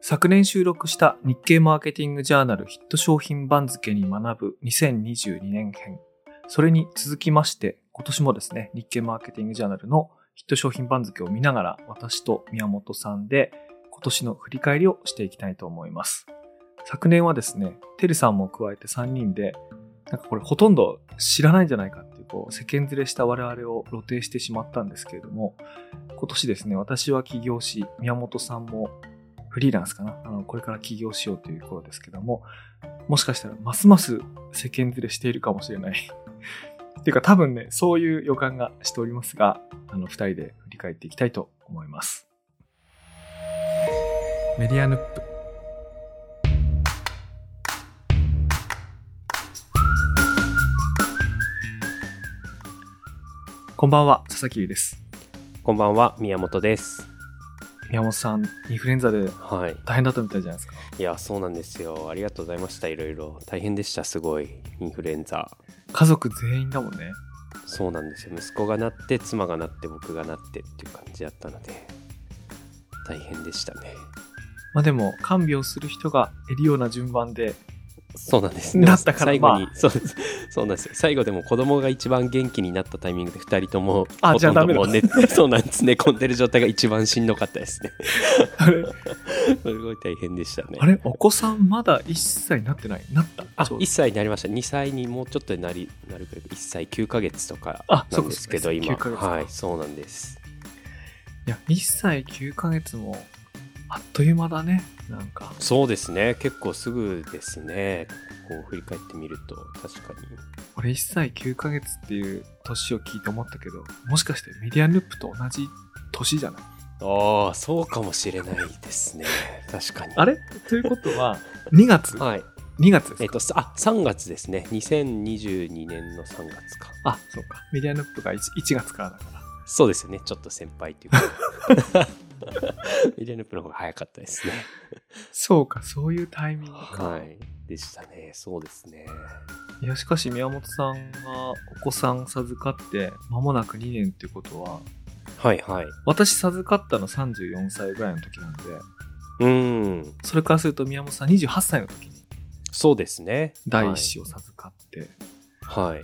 昨年収録した日経マーケティングジャーナルヒット商品番付に学ぶ2022年編。それに続きまして、今年もですね、日経マーケティングジャーナルのヒット商品番付を見ながら、私と宮本さんで今年の振り返りをしていきたいと思います。昨年はですね、てるさんも加えて3人で、なんかこれほとんど知らないんじゃないかっていう、こう、世間連れした我々を露呈してしまったんですけれども、今年ですね、私は起業し、宮本さんもフリーランスかな、あのこれから起業しようという頃ですけども、もしかしたらますます世間連れしているかもしれない。 っていうか多分ね、そういう予感がしておりますが、あの、二人で振り返っていきたいと思います。メディアヌップ。こんばんは、佐々木優です。こんばんは、宮本です。宮本さん、インフルエンザではい。大変だったみたいじゃないですか。いや、そうなんですよ。ありがとうございました。いろいろ。大変でした、すごい。インフルエンザ。家族全員だもんね。そうなんですよ。息子がなって、妻がなって、僕がなってっていう感じだったので、大変でしたね。まあでも、看病する人がいるような順番 で、そうなんですなったから最後に、まそうです。そうなんですよ。最後でも子供が一番元気になったタイミングで2人とも、あほじゃとあんどダメだもう寝てそうなんです。寝込んでる状態が一番しんどかったですね。 あれ、すごい大変でしたね。あれお子さんまだ1歳になってないなったあそう1歳になりました2歳にもうちょっとでなりなるくらい1歳9ヶ月とかあなんですけどそうですね9今ヶ月かはいそうなんですいや、1歳9ヶ月も、あっという間だね。なんか。そうですね結構すぐですねこう振り返ってみると確かに俺1歳9ヶ月っていう年を聞いて思ったけど、もしかしてメディアループと同じ年じゃないああそうかもしれないですね確かにあれということ は、2月はい ?2 月ですえっかとさあ3月ですね2022年の3月かあ、そうか。メディアループが 1, 1月からだから。そうですよねちょっと先輩っていうか ミレヌプの方が早かったですねそうか、そういうタイミングか。はいでしたねそうですねいやしかし宮本さんがお子さん授かって間もなく2年っていうことははいはい私授かったの34歳ぐらいの時なんでうんそれからすると宮本さん28歳の時にそうですね。第一子を授かって、はい。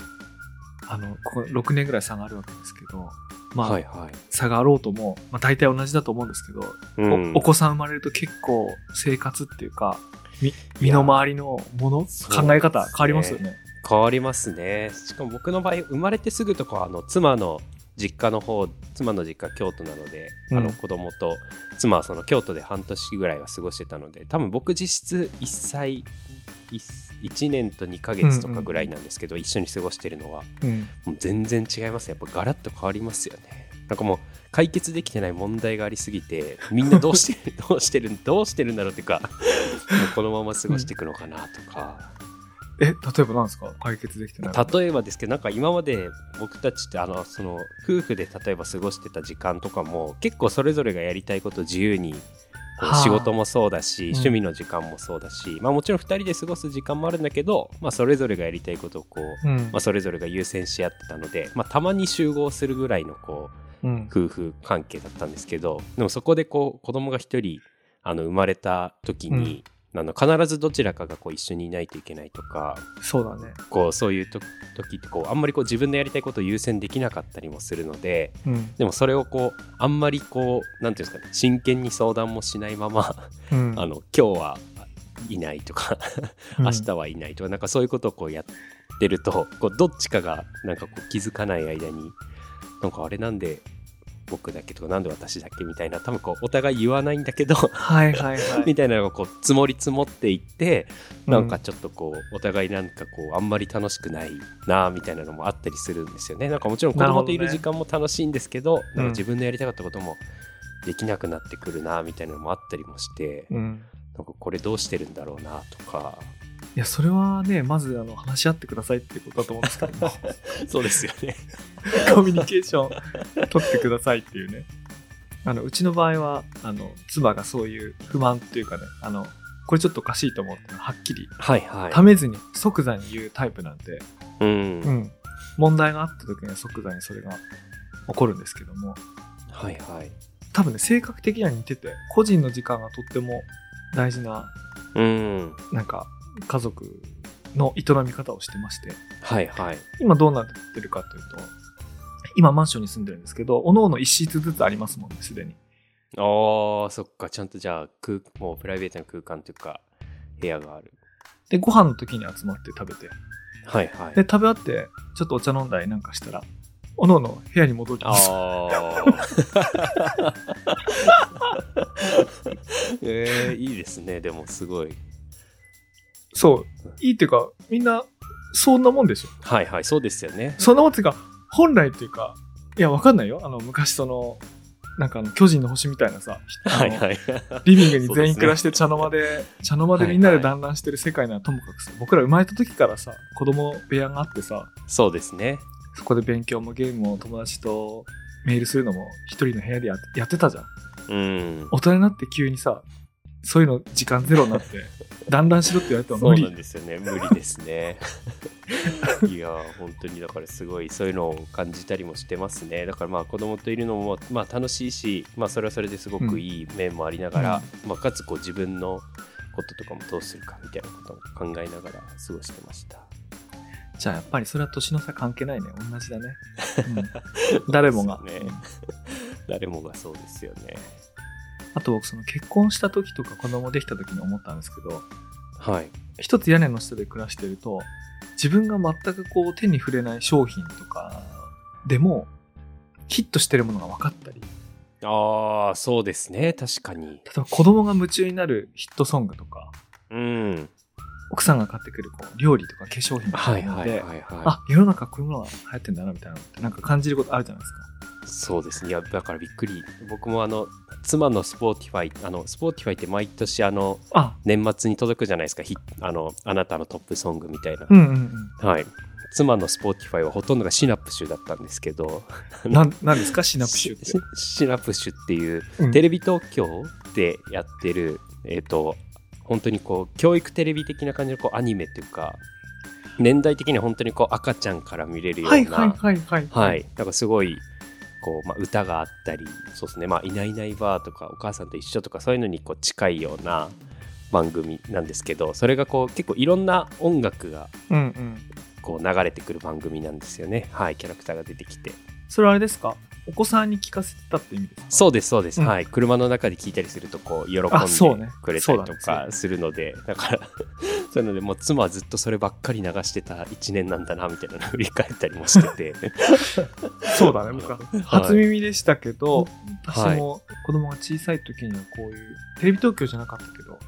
あのここ6年ぐらい差があるわけですけどまあ、はいはい。差があろうとも、まあ、大体同じだと思うんですけど、うんおお子さん生まれると結構生活っていうかみ身の回りのものそう考え方ですね変わりますよね。変わりますね。しかも僕の場合、生まれてすぐとかは、あの、妻の実家の方、妻の実家京都なので、うんあの、子供と、妻はその京都で半年ぐらいは過ごしてたので、多分僕実質1歳、1年と2ヶ月とかぐらいなんですけど、一緒に過ごしてるのは、うんもう全然違いますね。やっぱガラッと変わりますよね。なんかもう解決できてない問題がありすぎて、みんなどうし てる、どうしてる、どうしてるんだろうっていうか、もうこのまま過ごしていくのかなとか、え例えば何ですか解決できてない例えばですけど、なんか今まで僕たちって、あの、その、夫婦で例えば過ごしてた時間とかも、結構それぞれがやりたいこと自由に、こはうあ仕事もそうだし、ん趣味の時間もそうだし、まあもちろん2人で過ごす時間もあるんだけど、まあそれぞれがやりたいことをこう、うんまあ、それぞれが優先し合ってたので、まあ、たまに集合するぐらいのこうんう夫婦関係だったんですけどでもそこでこう子供が一人あの生まれた時に、あの必ずどちらかがこう一緒にいないといけないとかそうだね。こうそういうと時ってこうあんまりこう自分のやりたいことを優先できなかったりもするのでうんでもそれをこうあんまりこうなんていうんですかね真剣に相談もしないままうんあの今日はいないとか明日はいないとか、なんかそういうことをこうやってるとこうどっちかがなんかこう気づかない間になんかあれなんで僕だけとかなんで私だけみたいな多分こうお互い言わないんだけどはいはいはみい。たいなのがこう積もり積もっていってなんかちょっとこうお互いなんかこうあんまり楽しくないなあみたいなのもあったりするんですよねなんかもちろん子なるほ供どねといる時間も楽しいんですけどなんうんか自分のやりたかったこともできなくなってくるなあみたいなのもあったりもしてうん、うんなんかこれどうしてるんだろうなとかいや、それはね、まずあの話し合ってくださいってことだと思うんですけ どもそうですよねコミュニケーション取ってくださいっていうね。あのうちの場合はあの妻がそういう不満っていうかねあのこれちょっとおかしいと思うっていうのははっきりはいはい。ためずに即座に言うタイプなんで、うん。うん、問題があった時には即座にそれが起こるんですけどもはいはい。多分ね性格的には似てて個人の時間がとっても大事な、うん。なんか、家族の営み方をしてまして、はいはい。今どうなってるかというと、今マンションに住んでるんですけど、おのおの一室ずつありますもんね、すでに。ああ、そっか。ちゃんとじゃあ、空もうプライベートの空間というか、部屋がある。で、ご飯の時に集まって食べて、はいはい。 で、食べ終わって、ちょっとお茶飲んだりなんかしたら、おのおの部屋に戻りあます。あ。えー、いいですね。でも、すごい。そう。いいっていうか、みんな、そんなもんでしょ。はいはい、そうですよね。そんなもんっていうか、本来っていうか、いや、わかんないよ。あの、昔その、なんかあの、巨人の星みたいなさ、はいあのはい。リビングに全員そうですね暮らして茶の間で、茶の間でみんなで団らんしてる世界ならともかくさ、僕ら生まれた時からさ、子供部屋があってさ、 そうですね。そこで勉強もゲームも友達とメールするのも一人の部屋でややってたじゃん。うん。大人になって急にさ、そういうの時間ゼロにな って、団らんしろって言われてもそう無な理ん。ですよね。無理です ね。いやー、本当にだからすごいそういうのを感じたりもしてますね。だからまあ子供といるのもまあ楽しいし、まあそれはそれですごくいい面もありながら、まあかつこう自分のこととかもどうするかみたいなことも考えながら過ごしてました。じゃあやっぱりそれは年の差関係ないね。同じだね。 うん、誰もがそう。ですね誰もがそうですよね。あと僕その結婚した時とか子供できた時に思ったんですけどはい。一つ屋根の下で暮らしてると自分が全くこう手に触れない商品とかでもヒットしてるものが分かったり例ああ、そうですね。確かに。えば子供が夢中になるヒットソングとかうん。奥さんが買ってくるこう料理とか化粧品とかはで、いはいはいはい。あ世の中こういうものが流行ってんだなみたいなのってなんか感じることあるじゃないですかそうですね。いや、だからびっくり。僕もあの、妻のスポーティファイ、あの、スポーティファイって毎年あの、あ年末に届くじゃないですか。ヒあの、あなたのトップソングみたいな。うんうんうんはい。妻のスポーティファイはほとんどがシナプシュだったんですけど、なんなんですかシナプシュってシシナプシュっていう、うんテレビ東京でやってる、えっ、と、本当にこう、教育テレビ的な感じのこうアニメっていうか、年代的には本当にこう赤ちゃんから見れるような、はいはいはいはいはい、なんかすごいこう、まあ、歌があったりそうですね、まあ「いないいないばあ」とか「お母さんと一緒」とかそういうのにこう近いような番組なんですけどそれがこう結構いろんな音楽がうんうんこう流れてくる番組なんですよねはいキャラクターが出てきてそれはあれですかお子さんに聞かせてたって意味ですかそうですそうです、うんはい車の中で聞いたりするとこう喜んあそうねでくれたりそうなんとですよかするのでだから そういうのでもう妻はずっとそればっかり流してた1年なんだなみたいなのを振り返ったりもしててそうだね、僕は。初耳でしたけど、はい私も子供が小さい時にはこういう、テレビ東京じゃなかったけど、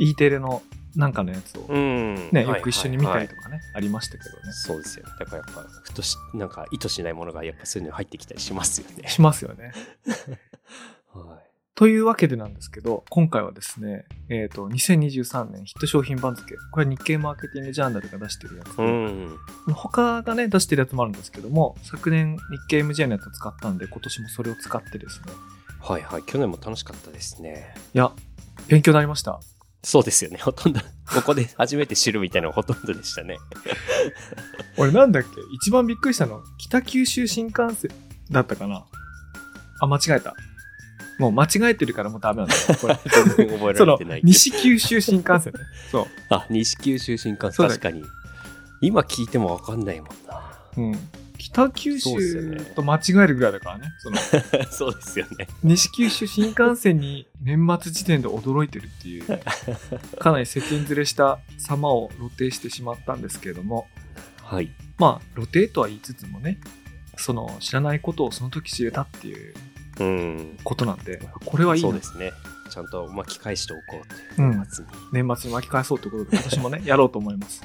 E テレのなんかのやつを、うんね、 はよいく一緒に見はたいはりいとかね、ありましたけどね。そうですよね。だからやっぱ、ふとし、なんか意図しないものが、やっぱそういうのに入ってきたりしますよね。しますよね。はというわけでなんですけど、今回はですね、えっ、と、2023年ヒット商品番付、これは日経マーケティングジャーナルが出してるやつい。うで、ん。他がね、出してるやつもあるんですけども、昨年日経 MJ のやつを使ったんで、今年もそれを使ってですね、はいはい。去年も楽しかったですね。いや、勉強になりました。そうですよね。ほとんど、ここで初めて知るみたいなのがほとんどでしたね。 俺なんだっけ一番びっくりしたの北九州新幹線だったかなあ間違えたもう間違えてるからもうダメなんだよ これ全然覚えそられのてないけど。西九州新幹 線ねそあ、西九州新幹そ線。うだ確かに。今聞いてもわかんないもんな。う、うん、北九そうですよ州ねと間違えるぐらいだからねその そうですよね。西九州新幹線に年末時点で驚いてるって いうかなり世間ずれした様を露呈してしまったんですけれどもはい。まあ露呈とは言いつつもねその知らないことをその時知れたっていううん。ことなんでこれはいいそうなですね。ちゃんと巻き返しておこうというう。ん年末に。年末に巻き返そうということで今年もね やろうと思います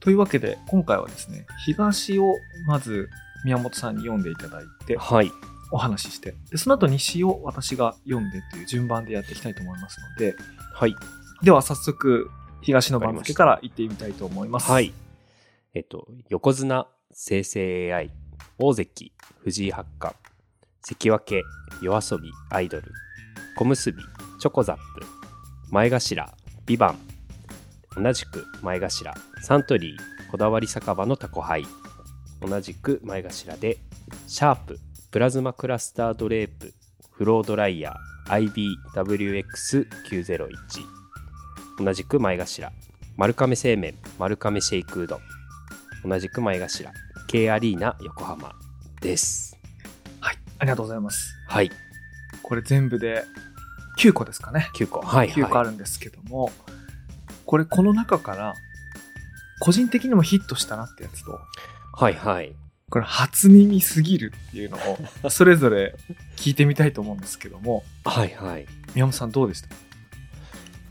というわけで今回はですね東をまず宮本さんに読んでいただいてはい。お話ししてでその後西を私が読んでっていう順番でやっていきたいと思いますのではい。では早速東の番付から行ってみたいと思いますはい。えっと、横綱、生成 AI、大関、藤井八冠、関脇、夜遊び、アイドル、小結、チョコザップ、前頭、ビバン、同じく前頭、サントリー、こだわり酒場のタコハイ、同じく前頭で、シャープ、プラズマクラスタードレープフロードライヤー IBWX901 同じく前頭丸亀製麺丸亀シェイクうどん同じく前頭 K アリーナ横浜ですはい。ありがとうございます。はいこれ全部で9個ですかね。 9個はい9個あはいるんですけども、これこの中から、個人的にもヒットしたなってやつと、はいはいこれ初耳すぎるっていうのを、それぞれ聞いてみたいと思うんですけども、はいはい宮本さんどうでした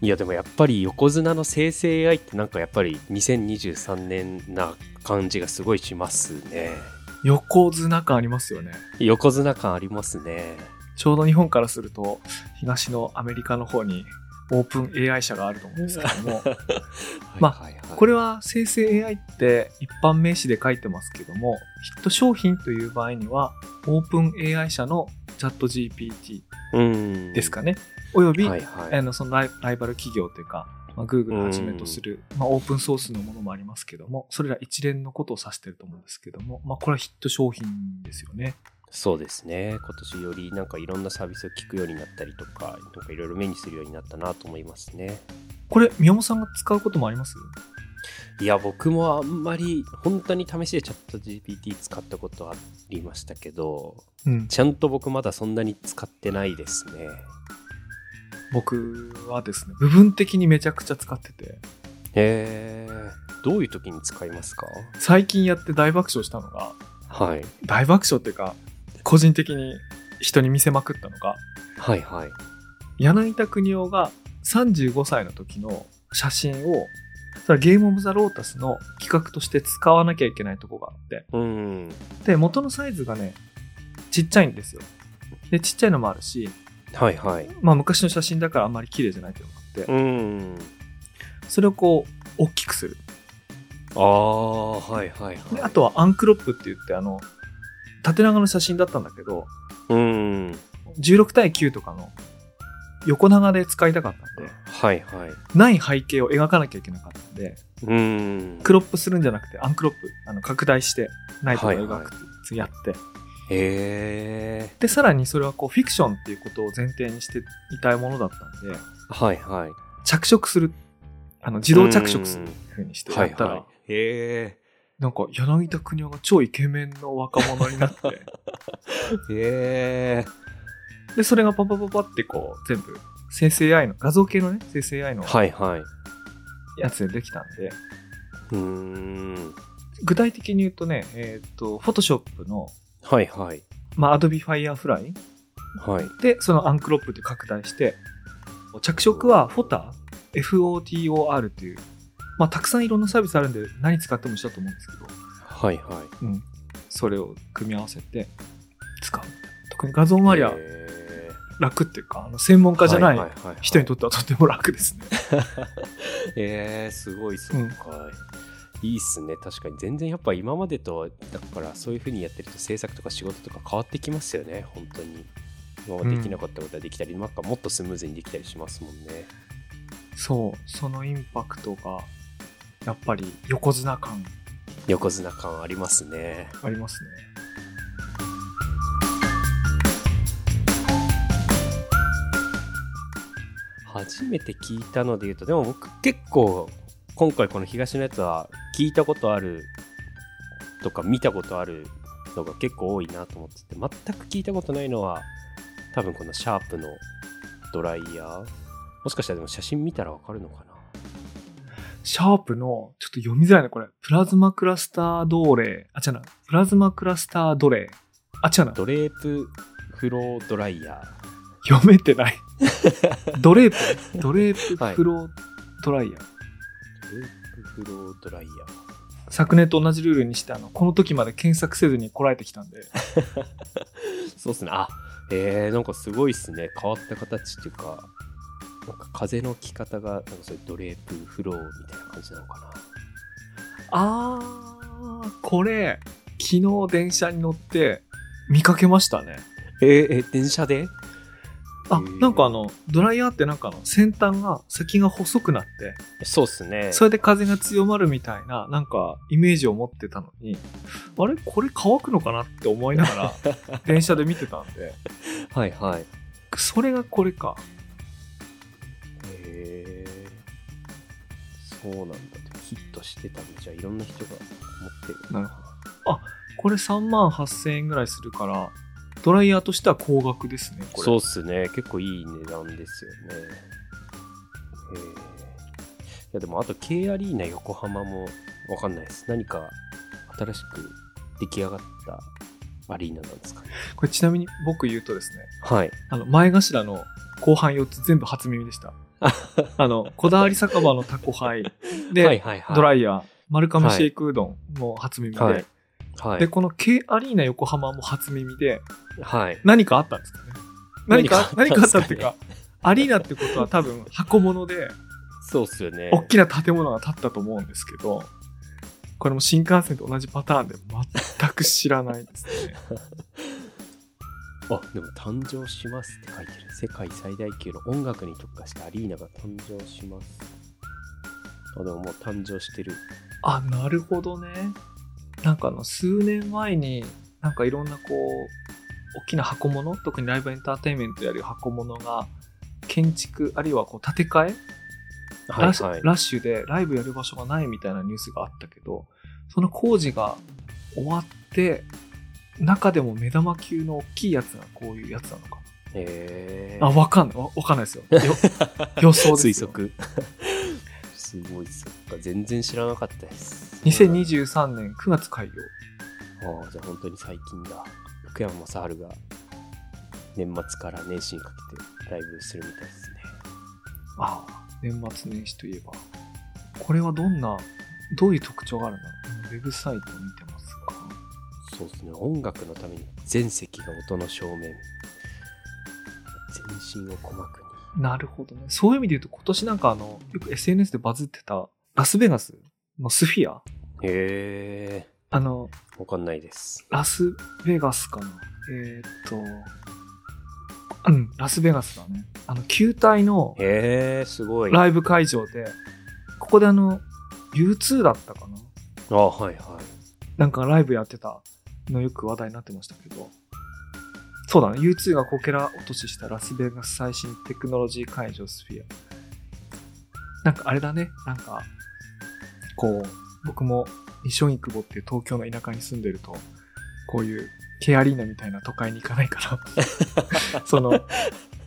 いやでもやっぱり横綱の生成 AI ってなんかやっぱり2023年な感じがすごいしますね横綱感ありますよね。横綱感ありますねちょうど日本からすると、東のアメリカの方にオープン AI 社があると思うんですけども、 まあこれはは生成 AI って一般名詞で書いてますけども、ヒット商品という場合には、オープン AI 社のチャット GPT うんですかね、および、はいはいあのそのライライバル企業というか、まあ、Google をはじめとする、まあ、オープンソースのものもありますけども、それら一連のことを指してると思うんですけども、まあ、これはヒット商品ですよね。そうですね今年よりなんかいろんなサービスを聞くようになったりとかなんかいろいろ目にするようになったなと思いますねこれ、宮本さんが使うこともありますいや僕もあんまり本当に試しでチャット GPT 使ったことありましたけどうん。ちゃんと僕まだそんなに使ってないですね僕はですね、部分的にめちゃくちゃ使ってて、へえどういう時に使いますか最近やって大爆笑したのが、はい大爆笑っていうか、個人的に人に見せまくったのが、はいはい柳田国夫が35歳の時の写真をそれはゲームオブザロータスの企画として使わなきゃいけないとこがあってうんで元のサイズがねちっちゃいんですよでちっちゃいのもあるし、はいはいまあ、昔の写真だからあんまり綺麗じゃないっていうのがあってうんそれをこう大きくするああはいはいはいであとはアンクロップって言ってあの縦長の写真だったんだけどうん16対9とかの横長で使いたかったんではいはいない背景を描かなきゃいけなかったんでうんクロップするんじゃなくてアンクロップあの拡大してないところを描くってやって、へえでさらにそれはこうフィクションっていうことを前提にしていたいものだったんではいはい着色するあの自動着色するっていうふうにしてやはっいたら、はいへなんか柳田邦夫が超イケメンの若者になって えへえでそれがパパパパってこう全部生成 AI の画像系のね生成 AI のはいはいやつでできたんで、うん具体的に言うとねえっ、とフォトショップのはいはいまあ Adobe Firefly はいでそのアンクロップで拡大して着色はフォタ FOTOR っていう、まあ、たくさんいろんなサービスあるんで何使っても一緒だと思うんですけど、はいはういん、それを組み合わせて使う特に画像周りはへ楽っていうかあの専門ー家じゃなはいはは人にとってはとても楽ですね、えー、すごいそっか、いいっすね確かに全然やっぱ今までとだからそういう風にやってると制作とか仕事とか変わってきますよね本当に今までできなかったことはできたり、なんかもっとスムーズにできたりしますもんねそうそのインパクトがやっぱり横綱感横綱感ありますねありますね初めて聞いたので言うとでも僕結構今回この東のやつは聞いたことあるとか見たことあるのが結構多いなと思ってて全く聞いたことないのは多分このシャープのドライヤーもしかしたらでも写真見たらわかるのかなシャープのちょっと読みづらいねこれプラズマクラスタードレーあ違うなプラズマクラスタードレーあ違うなドレープフロードライヤ読めて ないドレープドレープはいフロードライヤー、ードレープフロードライヤー昨年と同じルールにしてあのこの時まで検索せずにこらえてきたんで そうっすねあえー、なんかすごいっすね変わった形っていうかなんか風の吹き方がなんかそれドレープフローみたいな感じなのかなあーこれ昨日電車に乗って見かけましたねえーえー電車であ、なんかあの、ドライヤーってなんかあの先端が先が細くなって、そうっすね。それで風が強まるみたいな、なんかイメージを持ってたのに、あれこれ乾くのかなって思いなが ら電車で見てたんで、はいはい。それがこれか。へえ。そうなんだ。でもヒットしてたんで、じゃあいろんな人が持ってる。なるほど。あ、これ3万8000円ぐらいするから、ドライヤーとしては高額ですね、これ。そうっすね。結構いい値段ですよね。へえ。いや、でもあと K アリーナ横浜もわかんないです。何か新しく出来上がったアリーナなんですかね。これちなみに僕言うとですね、はい。あの、前頭の後半4つ全部初耳で した。あの、こだわり酒場のタコハイ。で、はいはいはい。ドライイヤー、丸亀シェイクうどんも初耳で、はい。はで、い。この K アリーナ横浜も初耳で、はい。何かあったんですかね。何か、何かあ何かっっあったたんですかねていうか、アリーナってことは多分箱物で、そうっすよね。大きな建物が建ったと思うんですけど、これも新幹線と同じパターンで全く知らないですね。あでも誕生しますって書いてる世界最大級の音楽に特化したアリーナが誕生しますあでももう誕生してる あ、なるほどね。なんかあの、数年前に、なんかいろんなこう、大きな箱物、特にライブエンターテインメントやる箱物が、建築、あるいはこう建て替え、ラッシュラッシュでライブやる場所がないみたいなニュースがあったけど、その工事が終わって、中でも目玉級の大きいやつがこういうやつなのかえな。あ、わかんない。わわかんないですよ。よ 予想です推よ測すごいそっか全然知らなかったです2023年9月開業。ああじゃあ本当に最近だ福山雅治が年末から年始にかけてライブするみたいですねああ、年末年始といえば。これはどんな、どういう特徴があるんだろう。ウェブサイトを見てますか。そうですね音楽のために全席が音の正面全身を鼓膜になるほどね。そういう意味で言うと、今年なんかあの、よく SNS でバズってた、ラスベガスのスフィアへえあの、わかんないです。ラスベガスかなえーっと、うん、ラスベガスだね。あの、球体のへえすごい。あライブ会場で、ここであの、U2 だったかなはいはなんかライブやってたのよく話題になってましたけど、そうだね、U2 がこけら落とししたラスベガス最新テクノロジー会場スフィア。なんかあれだね、なんか、こう、僕も西荻窪っていう東京の田舎に住んでると、こういうケアリーナみたいな都会に行かないから、 その、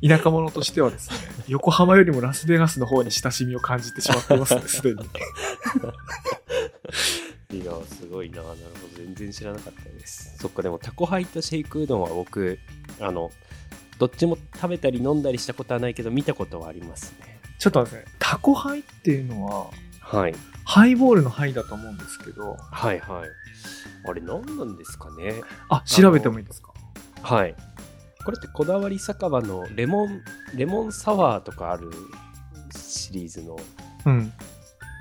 田舎者としてはですね、横浜よりもラスベガスの方に親しみを感じてしまってますね、すでに。い。いやすごいななるほど全然知らなかったです。そっかでもタコハイとシェイクうどんは僕あのどっちも食べたり飲んだりしたことはないけど見たことはありますね。ちょっと待ってね、タコハイっていうのは、はいハイボールのハイだと思うんですけど、はいはい。あれ何なんですかね。あ、調べてもいいですかはい。これってこだわり酒場のレモンレモンサワーとかあるシリーズのうん。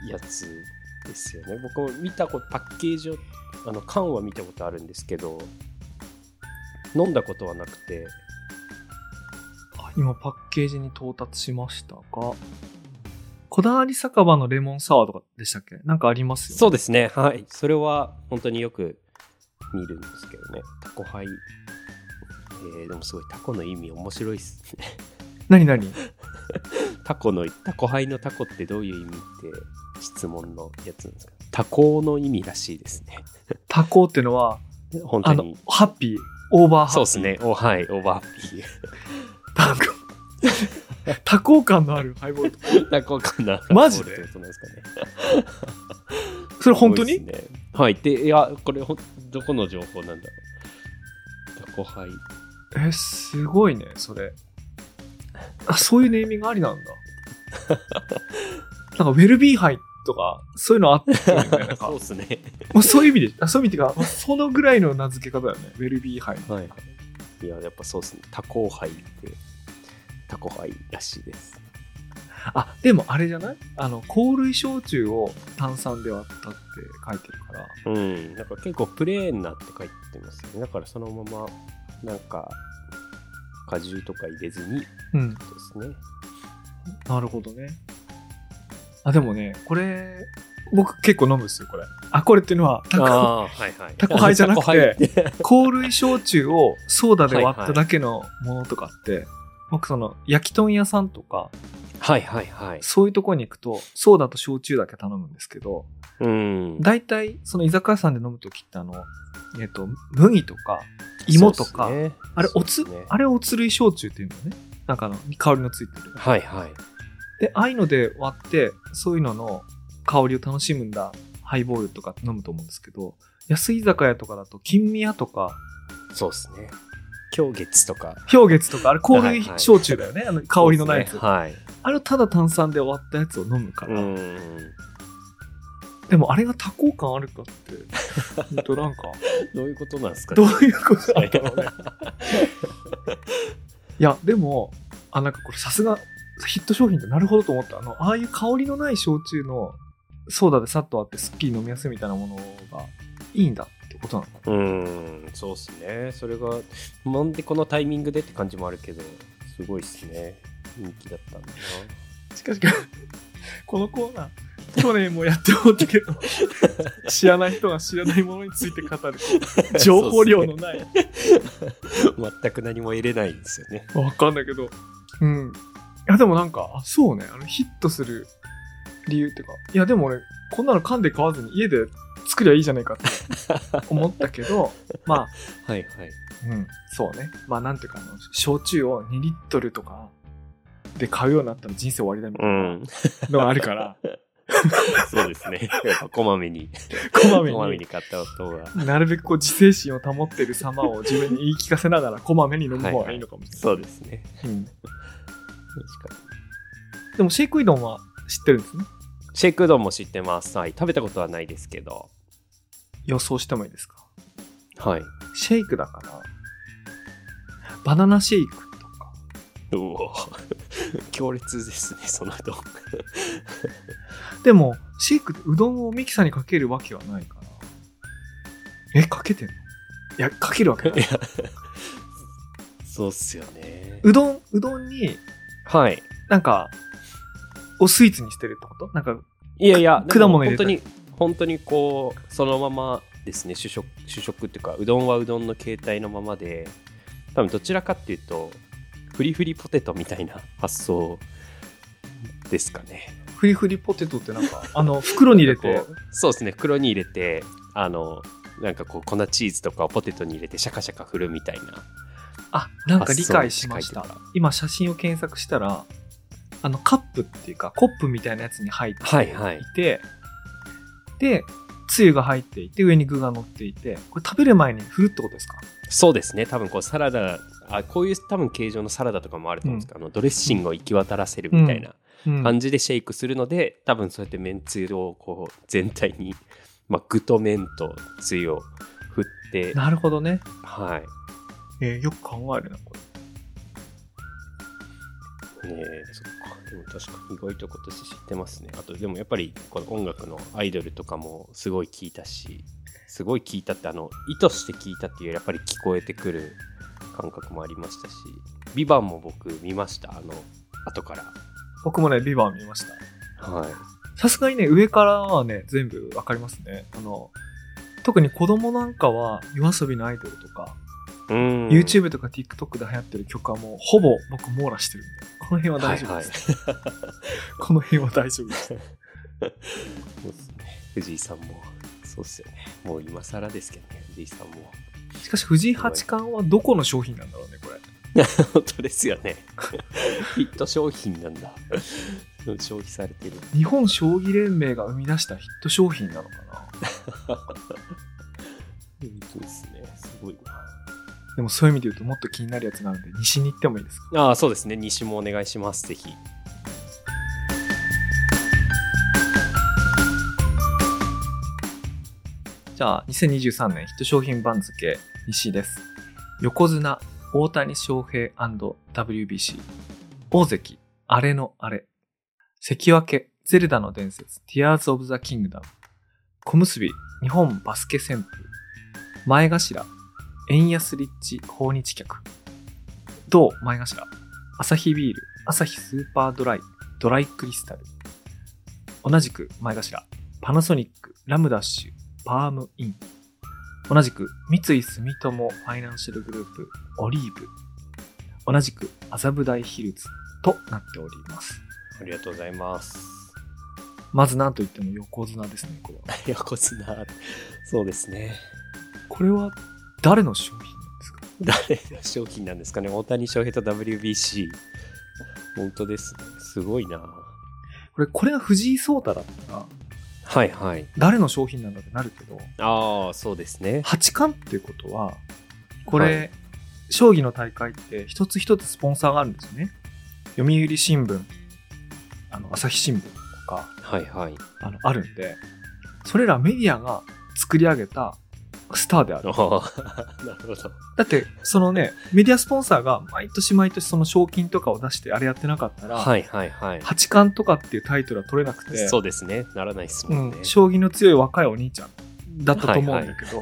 やつですよね僕も見たことパッケージをあの缶は見たことあるんですけど飲んだことはなくてあ今パッケージに到達しましたが、こだわり酒場のレモンサワーとかでしたっけなんかありますよね。そうですねはいそれは本当によく見るんですけどねタコハイえー、でもすごいタコの意味面白いっすね 何何タコのタコハイのタコってどういう意味って質問のやつなんですかタコの意味らしいですねタコってのは、本当あのに、ハッピー、オーバーハッピー。そうですねおはいオーバーハッピータコ。タコ 感のあるハイボール。 タコかなマジでそういうことなんですかねそれ本当すにごいっすねはい。で、いや、これほん、どこの情報なんだろう。タ コハイ。え、すごいね、それ。あ、そういうネーミングあり なんだ。なんかウェルビーハイとか、そういうのあったよね。なんかそうですね。もうそういう意味で、あそういう意味っていうか、まあそのぐらいの名付け方だよね。ウェルビーハイ。はい。いや、やっぱそうですね。タコハイって、タコハイらしいです。あ、でもあれじゃないあの、香類焼酎を炭酸で割ったって書いてるから。うん。なんか結構プレーンなって書いてますよね。だからそのまま、なんか、果汁とか入れずにでうん。すね。なるほどね。あ、でもね、これ、僕結構飲むんですよ、これ。あ、これっていうのは、タコ、あー、はいはい。タコハイじゃなくてタコハイって香類焼酎をソーダで割っただけのものとかって、僕その、焼き豚屋さんとか、はいはいはい。そういうとこに行くと、ソーダと焼酎だけ頼むんですけど、うん。大体、その居酒屋さんで飲むときって、あの、えっ、と、麦とか、芋とか、そうっすねあれ、おそつ、うっすねあれ、おつ類焼酎っていうんだよね。なんかあの、香りのついてる。はいはい。で、ああいうので割って、そういうのの香りを楽しむんだ、ハイボールとか飲むと思うんですけど、安い居酒屋とかだと、金宮とか、そうですね。今日月とか。氷月とか、あれ、香はい類はい焼酎だよね、あの香りのないやつ。そうっすねはい。あれをただ炭酸で終わったやつを飲むから、うん。でもあれが多幸感あるかって、本当なんか、どういうことなんですかどうういうことなんだろうね。いや、でも、あ、なんかこれさすがヒット商品ってなるほどと思った。あの、ああいう香りのない焼酎のソーダでさっとあってすっきり飲みやすいみたいなものがいいんだってことなのかな。うん、そうっすね。それが、なんでこのタイミングでって感じもあるけど、すごいっすね。人気だったんだしかし、このコーナー、去年もやって思ったけど、知らない人が知らないものについて語る、 な。情報量のない。そうっすね。全く何も入れないんですよね。わかんないけど。うん。いや、でもなんか、あそうね。あの、ヒットする理由っていうか。いや、でも俺、こんなの缶で買わずに家で作りゃいいじゃないかって 思ったけど、まあ、はいはい。うん、そうね。まあ、なんていうか、あの、焼酎を2リットルとかで買うようになったら人生終わりだみたういん。なのがあるから、そうですね。やっぱ こまめに、こまめこまめにに。買った方が。なるべくこう自制心を保ってる様を自分に言い聞かせながらこまめに飲む方がいいのかもしれない。そうですね。うん確かでもシェイクうどんは知ってるんですね。に。シェイクうどんも知ってます。はい。食べたことはないですけど。予想してもいいですかはい。シェイクだから、バナナシェイクとか、うお 強烈ですね、そのうどん。でも、シェイクってうどんをミキサーにかけるわけはないから。え、かけてんのいや、かけるわけない。そうっすよね。うどん、うどんに、はい。なんか、をスイーツにしてるってことなんか、いやいや、く果物入でもれた本当に、本当にこう、そのままですね、主食、主食っていうか、うどんはうどんの形態のままで、多分どちらかっていうと、フリフリポテトみたいな発想ですかね。フリフリポテトってなんか、あの、袋に入れてこ、うそうですね袋に入れてあのなんかこう粉チーズとかをポテトに入れてシャカシャカ振るみたいなあ、なんか理解しましあたそう。今、写真を検索したら、あの、カップっていうか、コップみたいなやつに入ってはいはいいて、で、つゆが入っていて、上に具が乗っていて、これ食べる前に振るってことですかそうですね多分こうサラダあこういう多分形状のサラダとかもあると思うんですけど、あのドレッシングを行き渡らせるみたいなうん感じでシェイクするので、多分そうやってめんつゆをこう全体に、 まあ、具と麺とつゆを振ってなるほどね。はいえーよく考えるな、これ。ねえそっかでも確かに意外と今年知ってますねあとでもやっぱりこの音楽のアイドルとかもすごい聞いたしすごい聞いたってあの意図して聞いたっていうよりやっぱり聞こえてくる感覚もありましたし「ビバンも僕見ましたあの後から僕もね、ビバン見ました。はいさすがにね、上からはね、全部わかりますね。あの、特に子供なんかは、夜遊びのアイドルとか、うん YouTube とか TikTok で流行ってる曲はもう、ほぼ僕網羅してるんで、この辺はは大い丈夫はでいす。この辺は大丈夫です。そうっすね藤井さんもそうっすよねもう今更ですけどね藤井さんもしかし、藤井八冠はどこの商品なんだろうね、これ。本当ですよね ヒット商品なんだ消費されてる日本将棋連盟が生み出したヒット商品なのかなそうですね、すごいでもそういう意味で言うともっと気になるやつなので西に行ってもいいですかな。ああ、そうですね、西もお願いします、ぜひ。じゃあ2023年ヒット商品番付西です横綱大谷翔平 &WBC 大関あれのあれ関脇ゼルダの伝説 Tears of the Kingdom 小結日本バスケ旋風前頭円安立地訪日客と前頭アサヒビールアサヒスーパードライドライクリスタル同じく前頭パナソニックラムダッシュパームイン同じく三井住友ファイナンシャルグループオリーブ同じく麻布台ヒルズとなっておりますありがとうございます。まず何といっても横綱ですねこれは横綱、そうですね。これは誰の商品ですか誰の商品なんですかね。大谷翔平と WBC。本当ですね。すごいな。これこれが藤井聡太だったらはいはい。誰の商品なんだってなるけどああ、そうですね。八冠っていうことはこれ、はい将棋の大会って一つ一つスポンサーがあるんですよね読売新聞あの朝日新聞とかはいはい。あのあるんでそれらメディアが作り上げたスターでああるあ、なるほど。だってそのねメディアスポンサーが毎年毎年その賞金とかを出してあれやってなかったら、はいはいはい。八冠とかっていうタイトルは取れなくてそうですね。ならないですもんね。うん、将棋の強い若いお兄ちゃんだったと思うんだけど、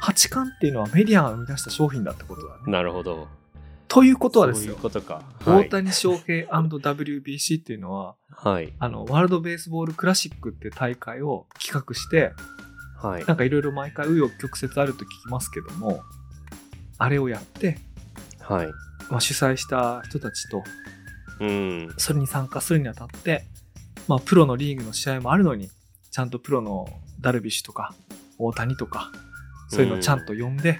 八冠っていうのはメディアが生み出した商品だってことだね。なるほど。ということはですそういよう、ことか。大谷翔平 &WBC っていうのははい。あのワールド・ベースボール・クラシックっていう大会を企画してはい。 なはんかいろいろ毎回紆余曲折あると聞きますけどもあれをやって、い。はい。まあ、主催した人たちとうん。それに参加するにあたって、まあ、プロのリーグの試合もあるのにちゃんとプロのダルビッシュとか大谷とかそういうのをちゃんと呼んで、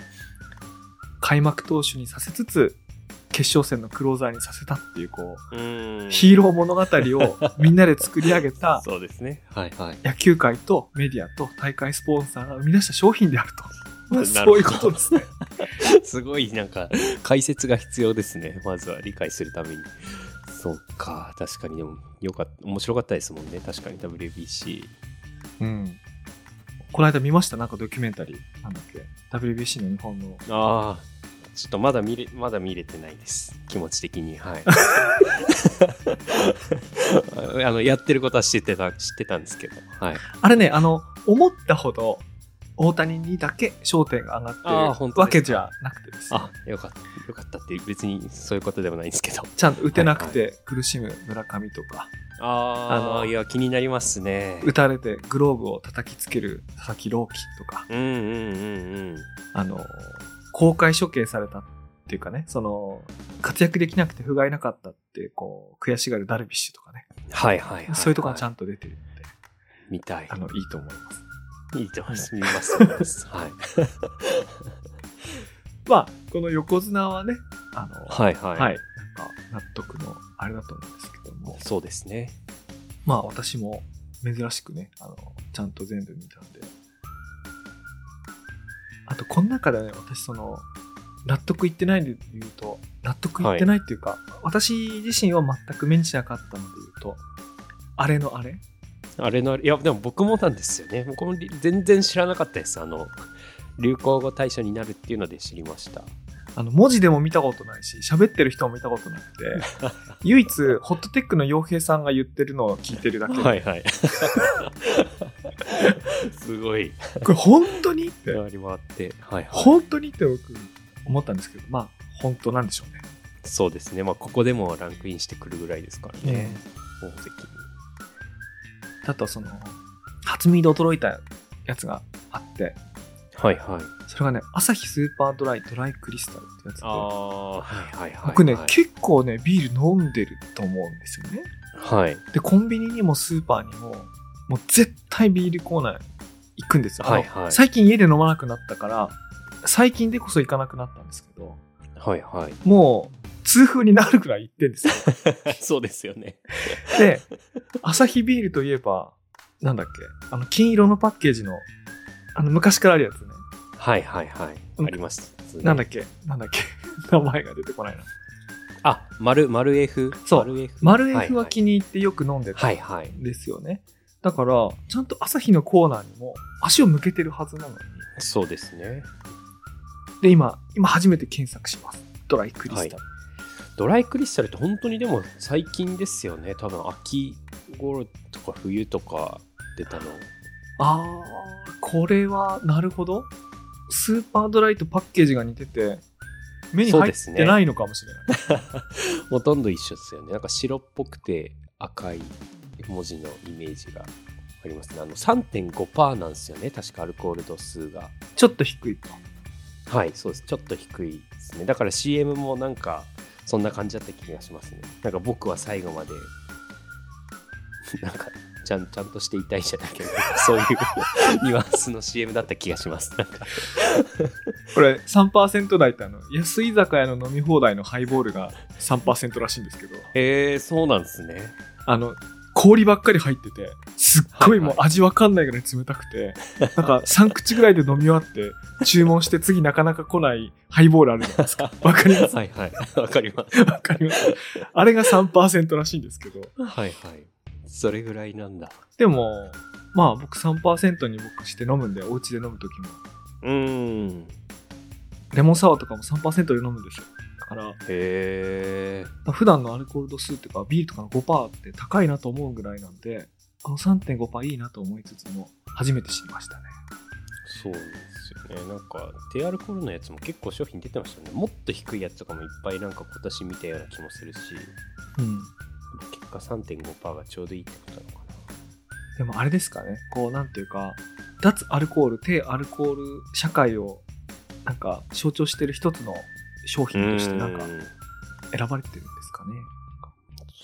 開幕投手にさせつつ決勝戦のクローザーにさせたっていうこうんうヒーロー物語を みんなで作り上げたそうですね。はいはい。野球界とメディアと大会スポンサーが生み出した商品であると。まあなるそほういどうことですね。すごいなんか解説が必要ですね。まずは理解するために。そっか、確かにでもよかった、面白かったですもんね。確かに WBC。うん。この間見ましたなんかドキュメンタリー。なんだっけ ?WBC の日本のああ、ちょっとまだ見れ、まだ見れてないです。気持ち的に。 はい。 あの、やってることは知ってた、知ってたんですけど。はい。あれね、あの、思ったほど大谷にだけ焦点が上があーって本る当わですかけじゃなくてですね、あ、よかった。よかったって、別にそういうことでもないんですけど。ちゃんと打てなくて苦しむ村上とか、ああのあ、いや、気になりますね。打たれてグローブを叩きつける佐々木朗希とか、うんうんうんうん。あの、公開処刑されたっていうかね、その、活躍できなくて不甲斐なかったって、こう、悔しがるダルビッシュとかね、はいはいはい、はい。そういうところがちゃんんと出てるので、見たいあ。の、いいと思います。いいと思います。見ます、見ます。はい。まあ、この横綱はね、あの、はいははい。い、なんか納得のあれだと思うんですけども、そうですね。まあ私も珍しくね、あの、ちゃんと全部見たんで。あと、この中でね、私その、納得いってないで言うと、納得いってないっていうか、私自身は全く目にしなかったので言うと、あれのあれあれの、いや、でも僕もなんですよね。僕もり全然知らなかったです。あの、流行語大賞になるっていうので知りました。あの、文字でも見たことないし、喋ってる人も見たことなくて、 唯一、ホットテックの洋平さんが言ってるのを聞いてるだけで、はいはい。 すご い。これ本当にって、回り回って。はいはい。本当にって僕、思ったんですけど、まあ、本当なんでしょうね。そうですね。まあ、ここでもランクインしてくるぐらいですからね。大関に。あとその初耳で驚いたやつがあってはいはい。それがねアサヒスーパードライドライクリスタルってやつでああ、はいはいはい。僕ね、はい結構ねビール飲んでると思うんですよねはい。でコンビニにもスーパーにももう絶対ビールコーナー行くんですよ、あのはいはい最近家で飲まなくなったから最近でこそ行かなくなったんですけどはいはい。もう痛風になるくらい行ってんですよ そうですよね。でアサヒビールといえばなんだっけあの金色のパッケージのあの昔からあるやつねはいはいはい。うんあります。なんだっけなんだっけ 名前が出てこないな。あ、丸、丸 F。そう丸 F。マルエフは気に入ってよく飲んでたはいんはい。はいはいですよね。だから、ちゃんと朝日のコーナーにも足を向けてるはずなのに。そうですね。で、今、今初めて検索します。ドライクリスタル。ドライクリスタルって本当にでも最近ですよね。多分秋頃とか冬とか出たの。あー、これは、なるほど。スーパードライとパッケージが似てて、目にそう入でっすねてないのかもしれない。ほとんど一緒ですよね。なんか白っぽくて赤い文字のイメージがありますね。あの3.5%なんですよね。確かアルコール度数が。ちょっと低いと。はい、そうです。ちょっと低いですね。だから CM もなんかそんな感じだった気がしますね。なんか僕は最後まで、 なんかちゃんちゃんとしていたいじゃないけど、 そういうニュアンスの CM だった気がします。なんかこれ3%台ってあの安居酒屋の飲み放題のハイボールが3%らしいんですけどえー、そうなんですね。あの氷ばっかり入っててすっごいもうはい味わかんないぐらい冷たくて、なんか3口ぐらいで飲み終わって注文して次なかなか来ないハイボールあるじゃないです かわかりますはいはい。 わかります。わかりますあれが3%らしいんですけどはいはい。それぐらいなんだ。でもまあ僕3%に僕して飲むんでお家で飲む時もうーん。レモンサワーとかも3%で飲むんですよだからへえ。まあ普段のアルコール度数とかビールとかの5%って高いなと思うぐらいなんでこの3.5%いいなと思いつつも初めて知りましたねそうなんですよね。なんか、低アルコールのやつも結構商品出てましたね。もっと低いやつとかもいっぱいなんか今年見たような気もするし、うん結果3.5%がちょうどいいってことなのかでもあれですかねこうなんていうか脱アルコール低アルコール社会をなんか象徴してる一つの商品な。としてなんかうん選ばれてるんですかね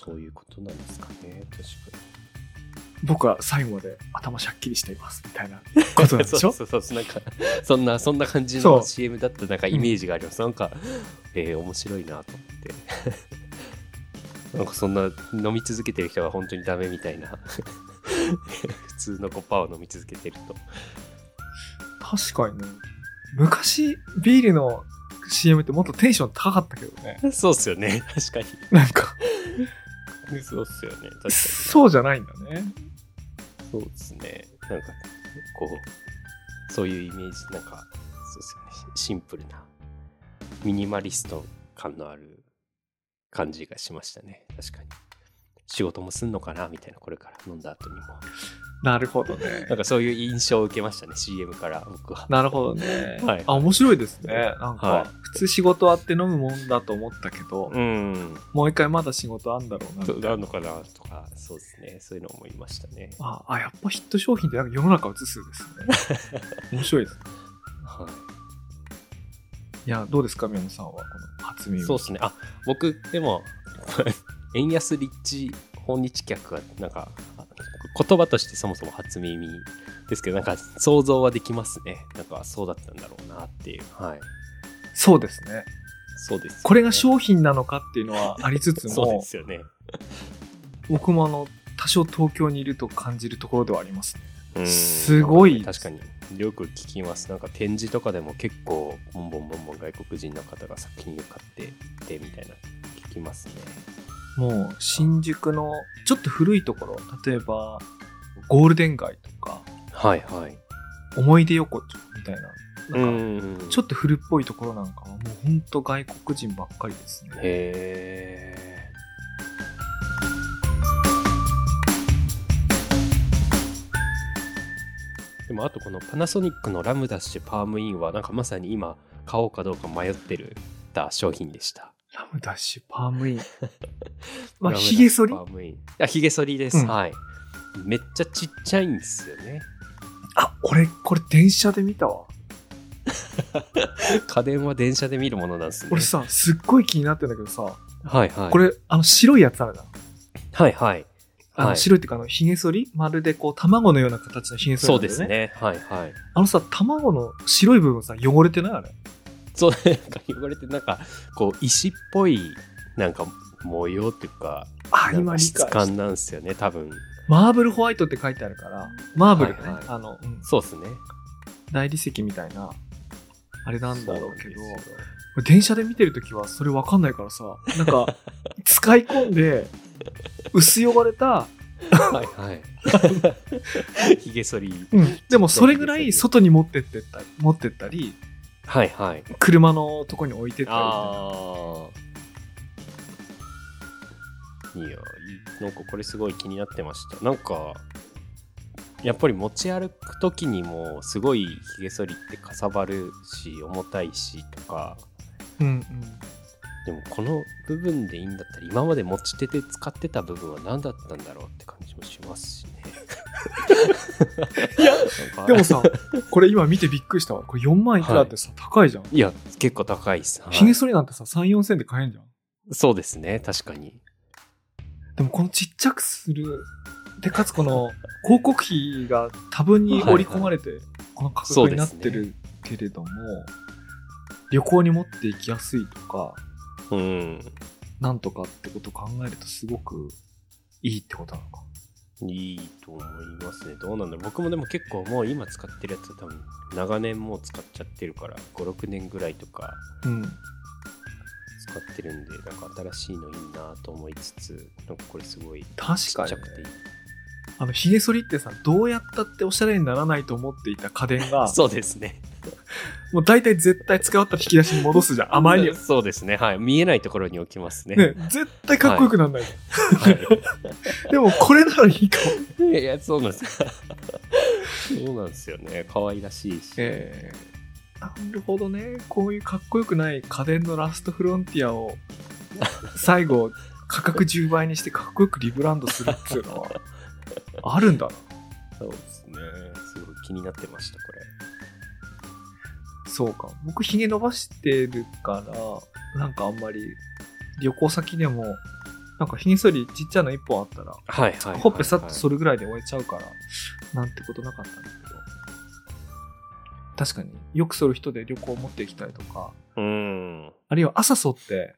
そういうことなんですかね。確か僕は最後まで頭シャッキリしていますみた いなことなんに。でしょそうそうそう。なんか、そんな、そんな感じそうの CM だったなんかイメージがあります。なんか、えー、面白いなと思って。 なんかそんな飲み続けてる人は本当にダメみたいな 普通の5%を飲み続けてると確かにね昔ビールの CM ってもっとテンション高かったけどね そうっすよね。確かに。なんかそうっすよね。確かに。そうじゃないんだねそうですね。なんか、こう、そういうイメージ、なんか、そうっすよね。シンプルな、ミニマリスト感のある感じがしましたね。確かに。仕事もすんのかなみたいな、これから飲んだ後にも。なるほど ねなんかそういう印象を受けましたね、CM から、僕は。なるほどね、はいあ面白いですねなんか、はい普通仕事あって飲むもんだと思ったけど、うん。もう一回まだ仕事あんだろうなみたどいうななのかなとか、そうですね。そういうの思いましたね。ああやっぱヒット商品ってなんか世の中映すんです ね面白いですねはい。いやどうですか宮野さんはこの初耳そうですね。あ、僕、でも、 円安立地訪日客は、なんか、言葉としてそもそも初耳ですけど、なんか想像はできますね。なんかそうだったんだろうなっていう。はい。そうですねそうです、これが商品なのかっていうのはありつつそうでもすよね。僕もあの多少東京にいると感じるところではありますねうんすごい確かに。よく聞きます。なんか展示とかでも結構、ボンボンボンボン外国人の方が作品を買ってってみたいな、聞きますね。もう新宿のちょっと古いところ例えばゴールデン街とかはいはい。思い出横丁みたいななんかんちょっと古っぽいところなんかはもうほんと外国人ばっかりですねへえ。でもあとこのパナソニックのラムダッシュパームインはなんかまさに今買おうかどうか迷ってるた商品でした。ラムダッシュパームイ ンまあラムダッシュひげ剃りパームインあひげ剃りです、うんはい。めっちゃちっちゃいんですよね。あ俺これ電車で見たわ家電は電車で見るものなんですね。俺さすっごい気になってんだけどさはいはい。これあの白いやつあるじゃんはいはい。あはのい白いっていうかあのひげ剃りまるでこう卵のような形のひげ剃りそなうんだでよすね。はいはい。あのさ卵の白い部分さ汚れてないあれそうなんか言われてなんかこう石っぽいなんか模様っていうかあなん今か理質解した感なんですよね多分マーブルホワイトって書いてあるから、マーブルね、はいはいあの、うんそうですね大理石みたいな、あれなんだろうけど、そうなんですよ俺電車で見てるときはそれわかんないからさ、なん か、使い込んで、薄汚れた、はい はいひげ剃りでもそれぐらい外に持ってってったり、持ってったり、はいはい車のとこに置いてったりみたいなああいやいいなんかこれすごい気になってましたなんかやっぱり持ち歩く時にもすごいひげ剃りってかさばるし重たいしとかうんうん。でもこの部分でいいんだったら今まで持ち手で使ってた部分は何だったんだろうって感じもしますしね。いやなんかでもさ、これ今見てびっくりしたわ。これ4万いくらってさ、高いじゃん。いや結構高いです、はいひげ剃りなんてさ、3、4千で買えんじゃん。そうですね確かに。でもこのちっちゃくする、で、かつこの広告費が多分に織り込まれて、この価格になってるけれども、旅行に持っていきやすいとか、うんなんとかってことを考えるとすごくいいってことなのか。いいと思いますね。どうなんだろう。僕もでも結構もう今使ってるやつは多分長年もう使っちゃってるから5、6年ぐらいとかうん。使ってるんで、なんか新しいのいいなと思いつつ、なんかこれすごい確ちかっにちね、ゃくていい。あの、ひげ剃りってさ、どうやったっておしゃれにならないと思っていた家電が、 そうですね。もう大体絶対使い終わったら引き出しに戻すじゃん。あまりにも。 そうですね。はい。見えないところに置きますね。ね、絶対かっこよくなんないじゃん、はでもこれならいいかも。い、いや、そうなんです。そうなんですよね。可愛らしいし。えーなるほどねこういうかっこよくない家電のラストフロンティアを最後価格10倍にしてかっこよくリブランドするっていうのはあるんだなそうですね。すごい気になってました、これ。そうか僕ひげ伸ばしてるからなんかあんまり旅行先でもなんかひげ剃りちっちゃな1本あったらはいはいはい、はい。ほっぺさっと剃るぐらいで終えちゃうからなんてことなかったんだけど確かによく剃る人で旅行持っていきたいとかうん。あるいは朝剃って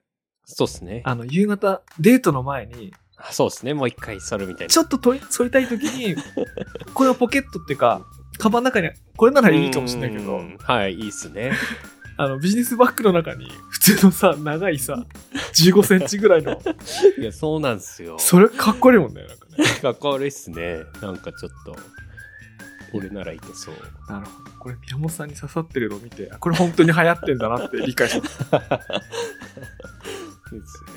そうですね。あの、夕方、デートの前に、あそうですね。もう一回剃るみたいな。ちょっと取り、剃りたい時 に、これをポケットっていうか、カバンの中に、これならいいかもしれないけうど、んはい、いいっすね。あの、ビジネスバッグの中に、普通のさ、長いさ、15センチぐらい の、いや、そうなんですよ。それかっこいいもんね、なんかね。かっこ悪いっすね。なんかちょっと、俺ならいけそう。なるほど。これ、宮本さんに刺さってるのを見て、あこれ本当に流行ってんだなって理解し ました。ですね。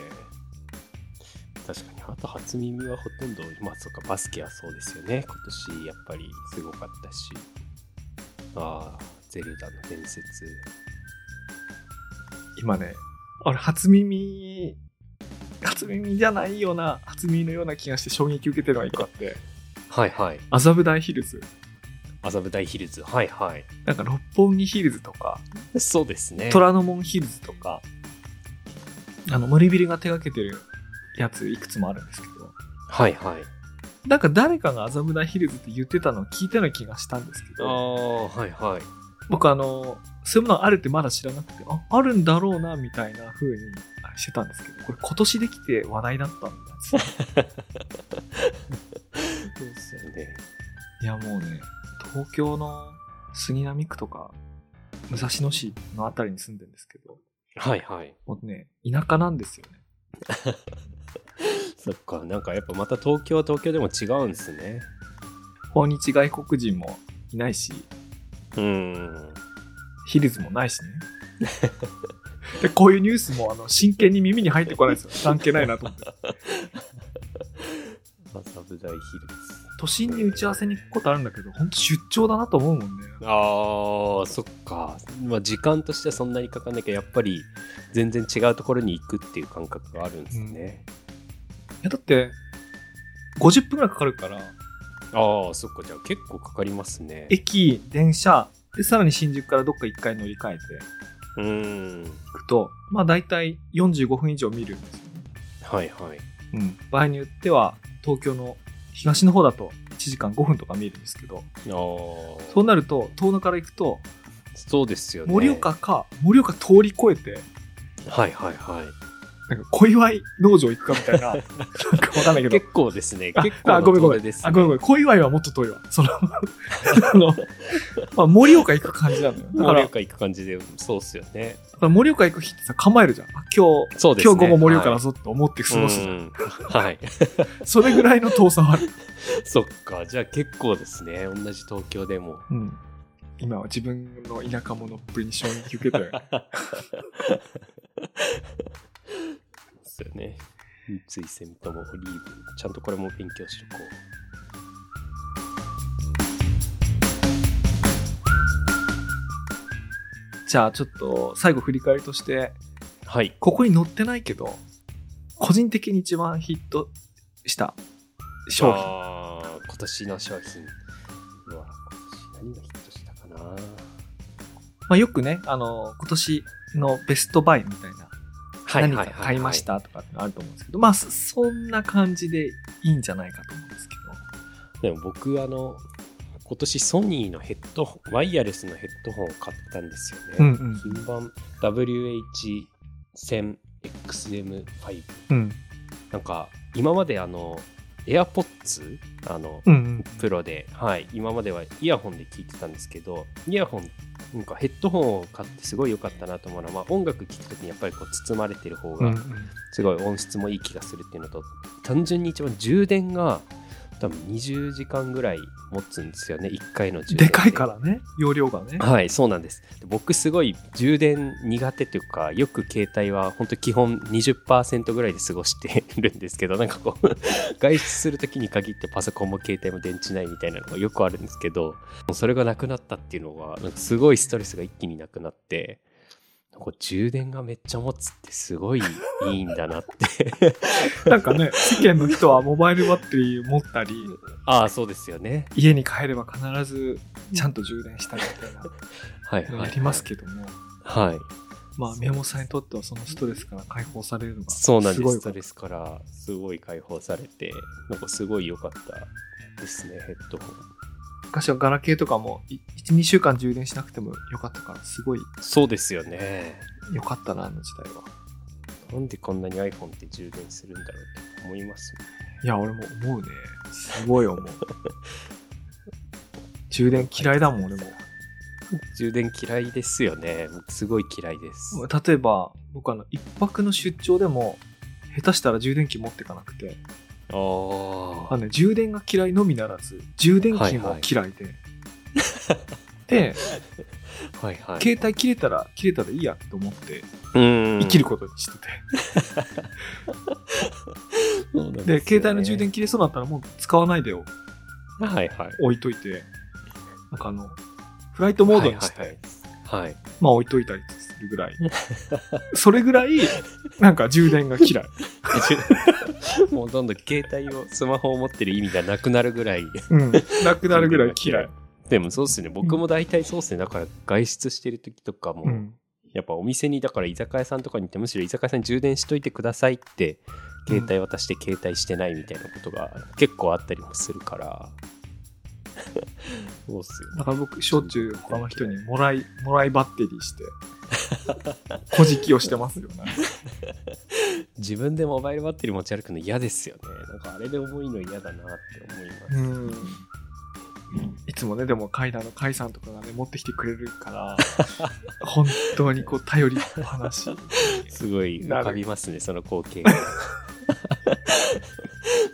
確かに、あと初耳はほとんど、まあ、そうか、バスケはそうですよね。今年、やっぱりすごかったし。ああ、ゼルダの伝説。今ね、あれ、初耳、初耳じゃないような、初耳のような気がして衝撃受けてるのが一個あって、はいはい。麻布台ヒルズ、麻布台ヒルズ。はいはい。なんか六本木ヒルズとか、そうですね。虎ノ門ヒルズとか、あの、森ビルが手掛けてるやついくつもあるんですけど、はいはい。なんか誰かが麻布台ヒルズって言ってたのを聞いたような気がしたんですけあど、あ、はいはい。僕あの、そういうものがあるってまだ知らなくて、あ、あるんだろうな、みたいな風にあれしてたんですけど、これ今年できて話題だったんですよそうですよね。 いやもうね、東京の杉並区とか、武蔵野市のあたりに住んでるんですけど、はいはい。もうね、田舎なんですよね。そっか、なんかやっぱまた東京は東京でも違うんですね。訪日外国人もいないし、うん。ヒルズもないしね。でこういうニュースもあの真剣に耳に入ってこない ですよ。関係ないなと思って。麻布台ヒル都心に打ち合わせに行くことあるんだけど、本当出張だなと思うもんね。ズ。ああ、そっか。まあ時間としてはそんなにかかんないけど、やっぱり全然違うところに行くっていう感覚があるんですね。いやだって、50分ぐらいかかるから、ああ、そっか。じゃあ結構かかりますね。駅、電車、で、さらに新宿からどっか1回乗り換えてうん。いくと、まあ大体45分以上見るんですよね。はいはい。うん。場合によっては、東京の東の方だと1時間5分とか見えるんですけど、ああ。そうなると、遠野から行くと、そうですよね。盛岡か、盛岡通り越えて、はいはいはい。なんか小祝い農場行くかみたい な、なんかわかんないけど。結構ですね。あ結構あなごめんご遠め出ん。です、あ、ごめんごめん。小祝いはもっと遠いわ。その、あ の、まあ、盛岡行く感じなのよ。だか盛ら、だか岡行く感じで、そうっすよね。ら盛岡行く日ってさ、構えるじゃん。あ今日、そうです今ね。日午後盛岡はだいぞって思って過ごすじゃん。うんはい。それぐらいの遠さはある。そっか、じゃあ結構ですね、同じ東京でも。うん。今は自分の田舎者っぷりに衝撃受け たよ。ですよね。三井線ともオリーブ、ちゃんとこれも勉強しとこじゃあちょっと最後振り返りとして、はい。ここに載ってないけど、個人的に一番ヒットした商品。あー今年の商品は、今年何がヒットしたかなまあ、よくね、あの、今年のベストバイみたいな、は何か買いまし。たとかってのあると思うんですけど、まあ、そそんな感じでいいんじゃないかと思うんですけど。でも僕、あの、今年ソニーのヘッドホン、ワイヤレスのヘッドホンを買ったんですよね。うんうん金版 WH1000XM5。うん。なんか、今まであの、AirPods? あの、うんうん。プロで、はい、今まではイヤホンで聞いてたんですけど、イヤホン、なんかヘッドホンを買ってすごい良かったなと思うのは、まあ、音楽聴くときにやっぱりこう包まれてる方うんうがん、すごい音質もいい気がするっていうのと、単純に一番充電が多分20時間ぐらい持つんですよね、1回の充電でかいからね、容量がね。はい、そうなんです。で僕すごい充電苦手というか、よく携帯は本当基本20%ぐらいで過ごしてるんですけど、 なんかこう、外出する時に限ってパソコンも携帯も電池ないみたいなのがよくあるんですけど、もうそれがなくなったっていうのは、なんかすごいストレスが一気になくなって、なんか充電がめっちゃ持つってすごいいいんだなって。なんか ね、世間の人はモバイルバッテリー持ったり、ああ、そうですよね。家に帰れば必ずちゃんと充電したりみたいなはい、はいのはやい。りますけども、はい。まあそう宮本さんにとってはそのストレスから解放されるのがそうなんすでごす。いストレスからすごい解放されて、なんかすごい良かったですね、ヘッドホン。昔はガラケーとかも12週間充電しなくてもよかったからすごいそうですよね。良かったなあの時代はなんでこんなに iPhone って充電するんだろうって思いますね。いや俺も思うねすごい思う充電嫌いだもん俺も充電嫌いですよね。僕すごい嫌いです。例えば僕あの一泊の出張でも下手したら充電器持ってかなくてああのね、充電が嫌いのみならず充電器も嫌いで、であ。はいはい。携帯切れたら切れたらいいやと思って生生きることにしてて、とでで携帯の充電切れそうだったらもう使わないでよはいはい。置いといてなんかあのフライトモードにして、はいはいはい。 はい。まあ置いといたりするぐらいそれぐらいなんか充電が嫌いもうどんどん携帯を、スマホを持ってる意味がなくなるぐらい。うんなくなるぐらい嫌い、でもそうですね。僕も大体そうですね。だから外出してる時とかも、うん、やっぱお店にだから居酒屋さんとかに行ってむしろ居酒屋さんに充電しといてくださいって携帯渡して携帯してないみたいなことが結構あったりもするから、 そうっすよねだから僕しょっちゅう他の人にもらいもらいバッテリーしてこじきをしてますよね自分でモバイルバッテリー持ち歩くの嫌ですよねなんかあれで重いの嫌だなって思います、うんいつもね、でも、カイダーのカイさんとかがね、持ってきてくれるから、本当にこう、頼りっぱなし。すごいなる浮かびますねその光 景が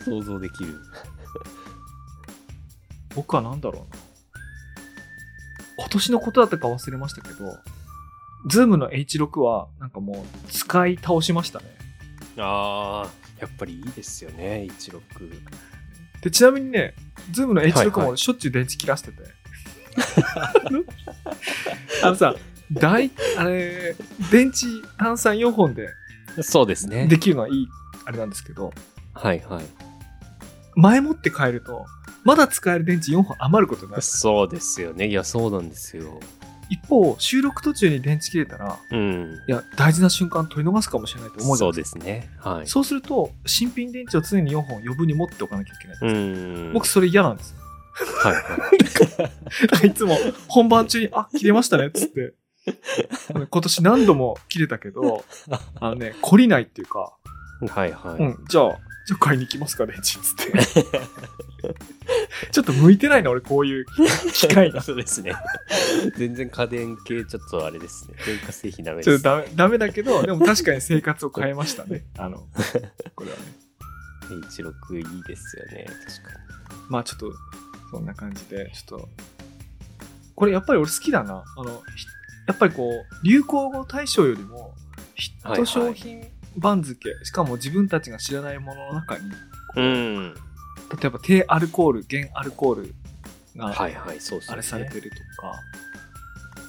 想像できる僕は何だろうな。今年のことだったか忘れましたけど、ズームの H6 は、なんかもう、使い倒しましたね。あーやっぱりいいですよね16で、ちなみにね、ズームの H6 はいはもしょっちゅう電池切らしてて。 あのさ、大、あれ、電池単三4本でそうですねできるのはいい、あれなんですけど、はいはい前もって変えると、まだ使える電池4本余ることになる。そうですよねいやそうなんですよ一方、収録途中に電池切れたら、うんいや、大事な瞬間取り逃すかもしれないと思うじゃなそういでですね。はすい。か。そうすると、新品電池を常に4本余分に持っておかなきゃいけない。ん僕、それ嫌なんですよ。 はいはい。だからいつも本番中に、あ、切れましたね、っつ って。今年何度も切れたけど、あのね、懲りないっていうか、はいはい。うん、じゃあ、じゃあ買いに行きますか、電池、 つって。ちょっと向いてないな、俺、こう いう機械が。そうですね。全然家電系、ちょっとあれですね。電化製品ダメちょでっとす。ダメダメだけど、でも確かに生活を変えましたね。あ の、これはね。 16いいですよね。確かまあちょっと、そんな感じで、ちょっと、これやっぱり俺好きだな。あの、ひやっぱりこう、流行語大賞よりも、ヒット商品番付、しかも自分たちが知らないものの中に、に。うん。例えば低アルコール、減アルコールがはいはい、そうですね。あれされてるとか、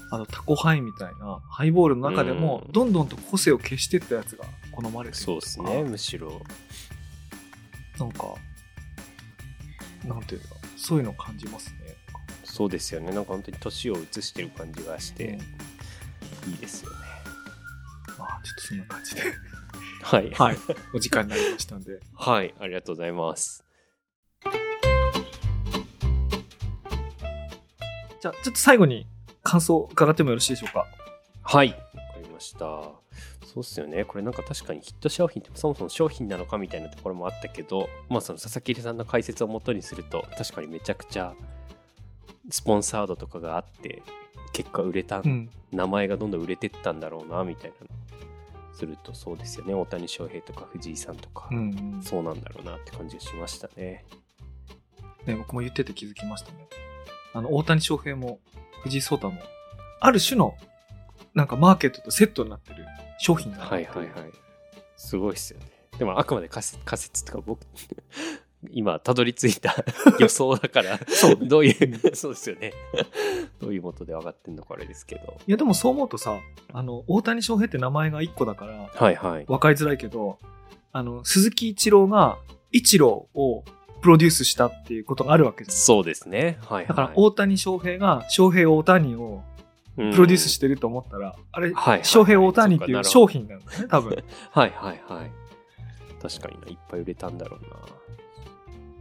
あのタコハイみたいなハイボールの中でもうんどんどんと個性を消してったやつが好まれてるそうですね、むしろ。なんかなんていうかそういうのを感じますねそうですよね。なんか本当に年を移してる感じがして、いいですよね。まあちょっとそんな感じではい。はい お時間になりましたんではい、ありがとうございます。じゃあちょっと最後に感想を伺ってもよろしいでしょうかはい。わかりました。そうっすよね。これなんか確かにヒット商品ってそもそも商品なのかみたいなところもあったけど、まあその佐々木さんの解説をもとにすると、確かにめちゃくちゃスポンサードとかがあって、結果売れた、うん名前がどんどん売れてったんだろうな、みたいな。するとそうですよね。大谷翔平とか藤井さんとか、うんそうなんだろうなって感じがしましたね。ね、僕も言ってて気づきましたね。あの、大谷翔平も藤井聡太も、ある種の、なんかマーケットとセットになってる商品だなはいはいはい。すごいっすよね。でもあくまで仮説仮説とか僕 今たどり着い た予想だからそうどういうそうですよね。どういうことで上がってんのかあれですけど。いや、でもそう思うとさ、あの、大谷翔平って名前が1個だから、はいはい。わかりづらいけど、あの、鈴木一郎が、一郎をプロデュースしたっていうことがあるわけじゃん。そうですね。はいだからは、い。大谷翔平が、翔平大谷をうんプロデュースしてると思ったら、あれ、はいはい翔平大谷っていそううか商品なんだよね、多 分。はいはいはい。確かにないっぱい売れたんだろうな。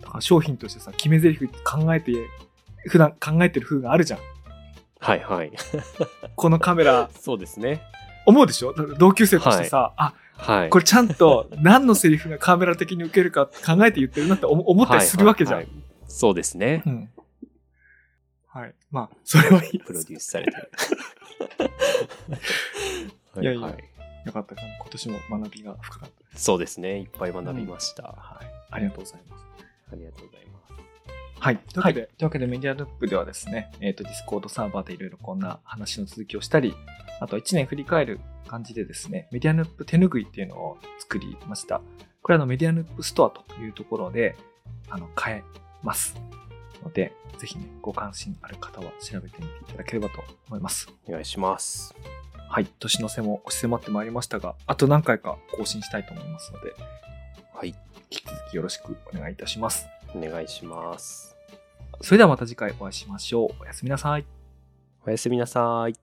だから商品としてさ決め台詞考えて普段考えてる風があるじゃんはいはい。このカメラそうですね。思うでしょだから同級生としてさ、はあい。これちゃんと何のセリフがカメラ的に受けるか考えて言ってるなって思思ったりするわけじゃん、はいはいはいそうですね。うんはいまあそれはいいプでロすデュースされ てる。はいやいやはい。よかったかな今年も学びが深かったですそうですね。いっぱい学びました。はいありがとうございますありがとうございます。はい。というわけで、というわけでメディアルップではですね、えっ、と、ディスコードサーバーでいろいろこんな話の続きをしたり、あと1年振り返る感じでですね、メディアルップ手拭いっていうのを作りました。これはあのメディアルップストアというところで、あの、買えます。ので、ぜひね、ご関心ある方は調べてみていただければと思います。お願いします。はい。年の瀬も押し迫ってまいりましたが、あと何回か更新したいと思いますので、はい。引き続きよろしくお願いいたします。お願いします。それではまた次回お会いしましょう。おやすみなさい。おやすみなさい。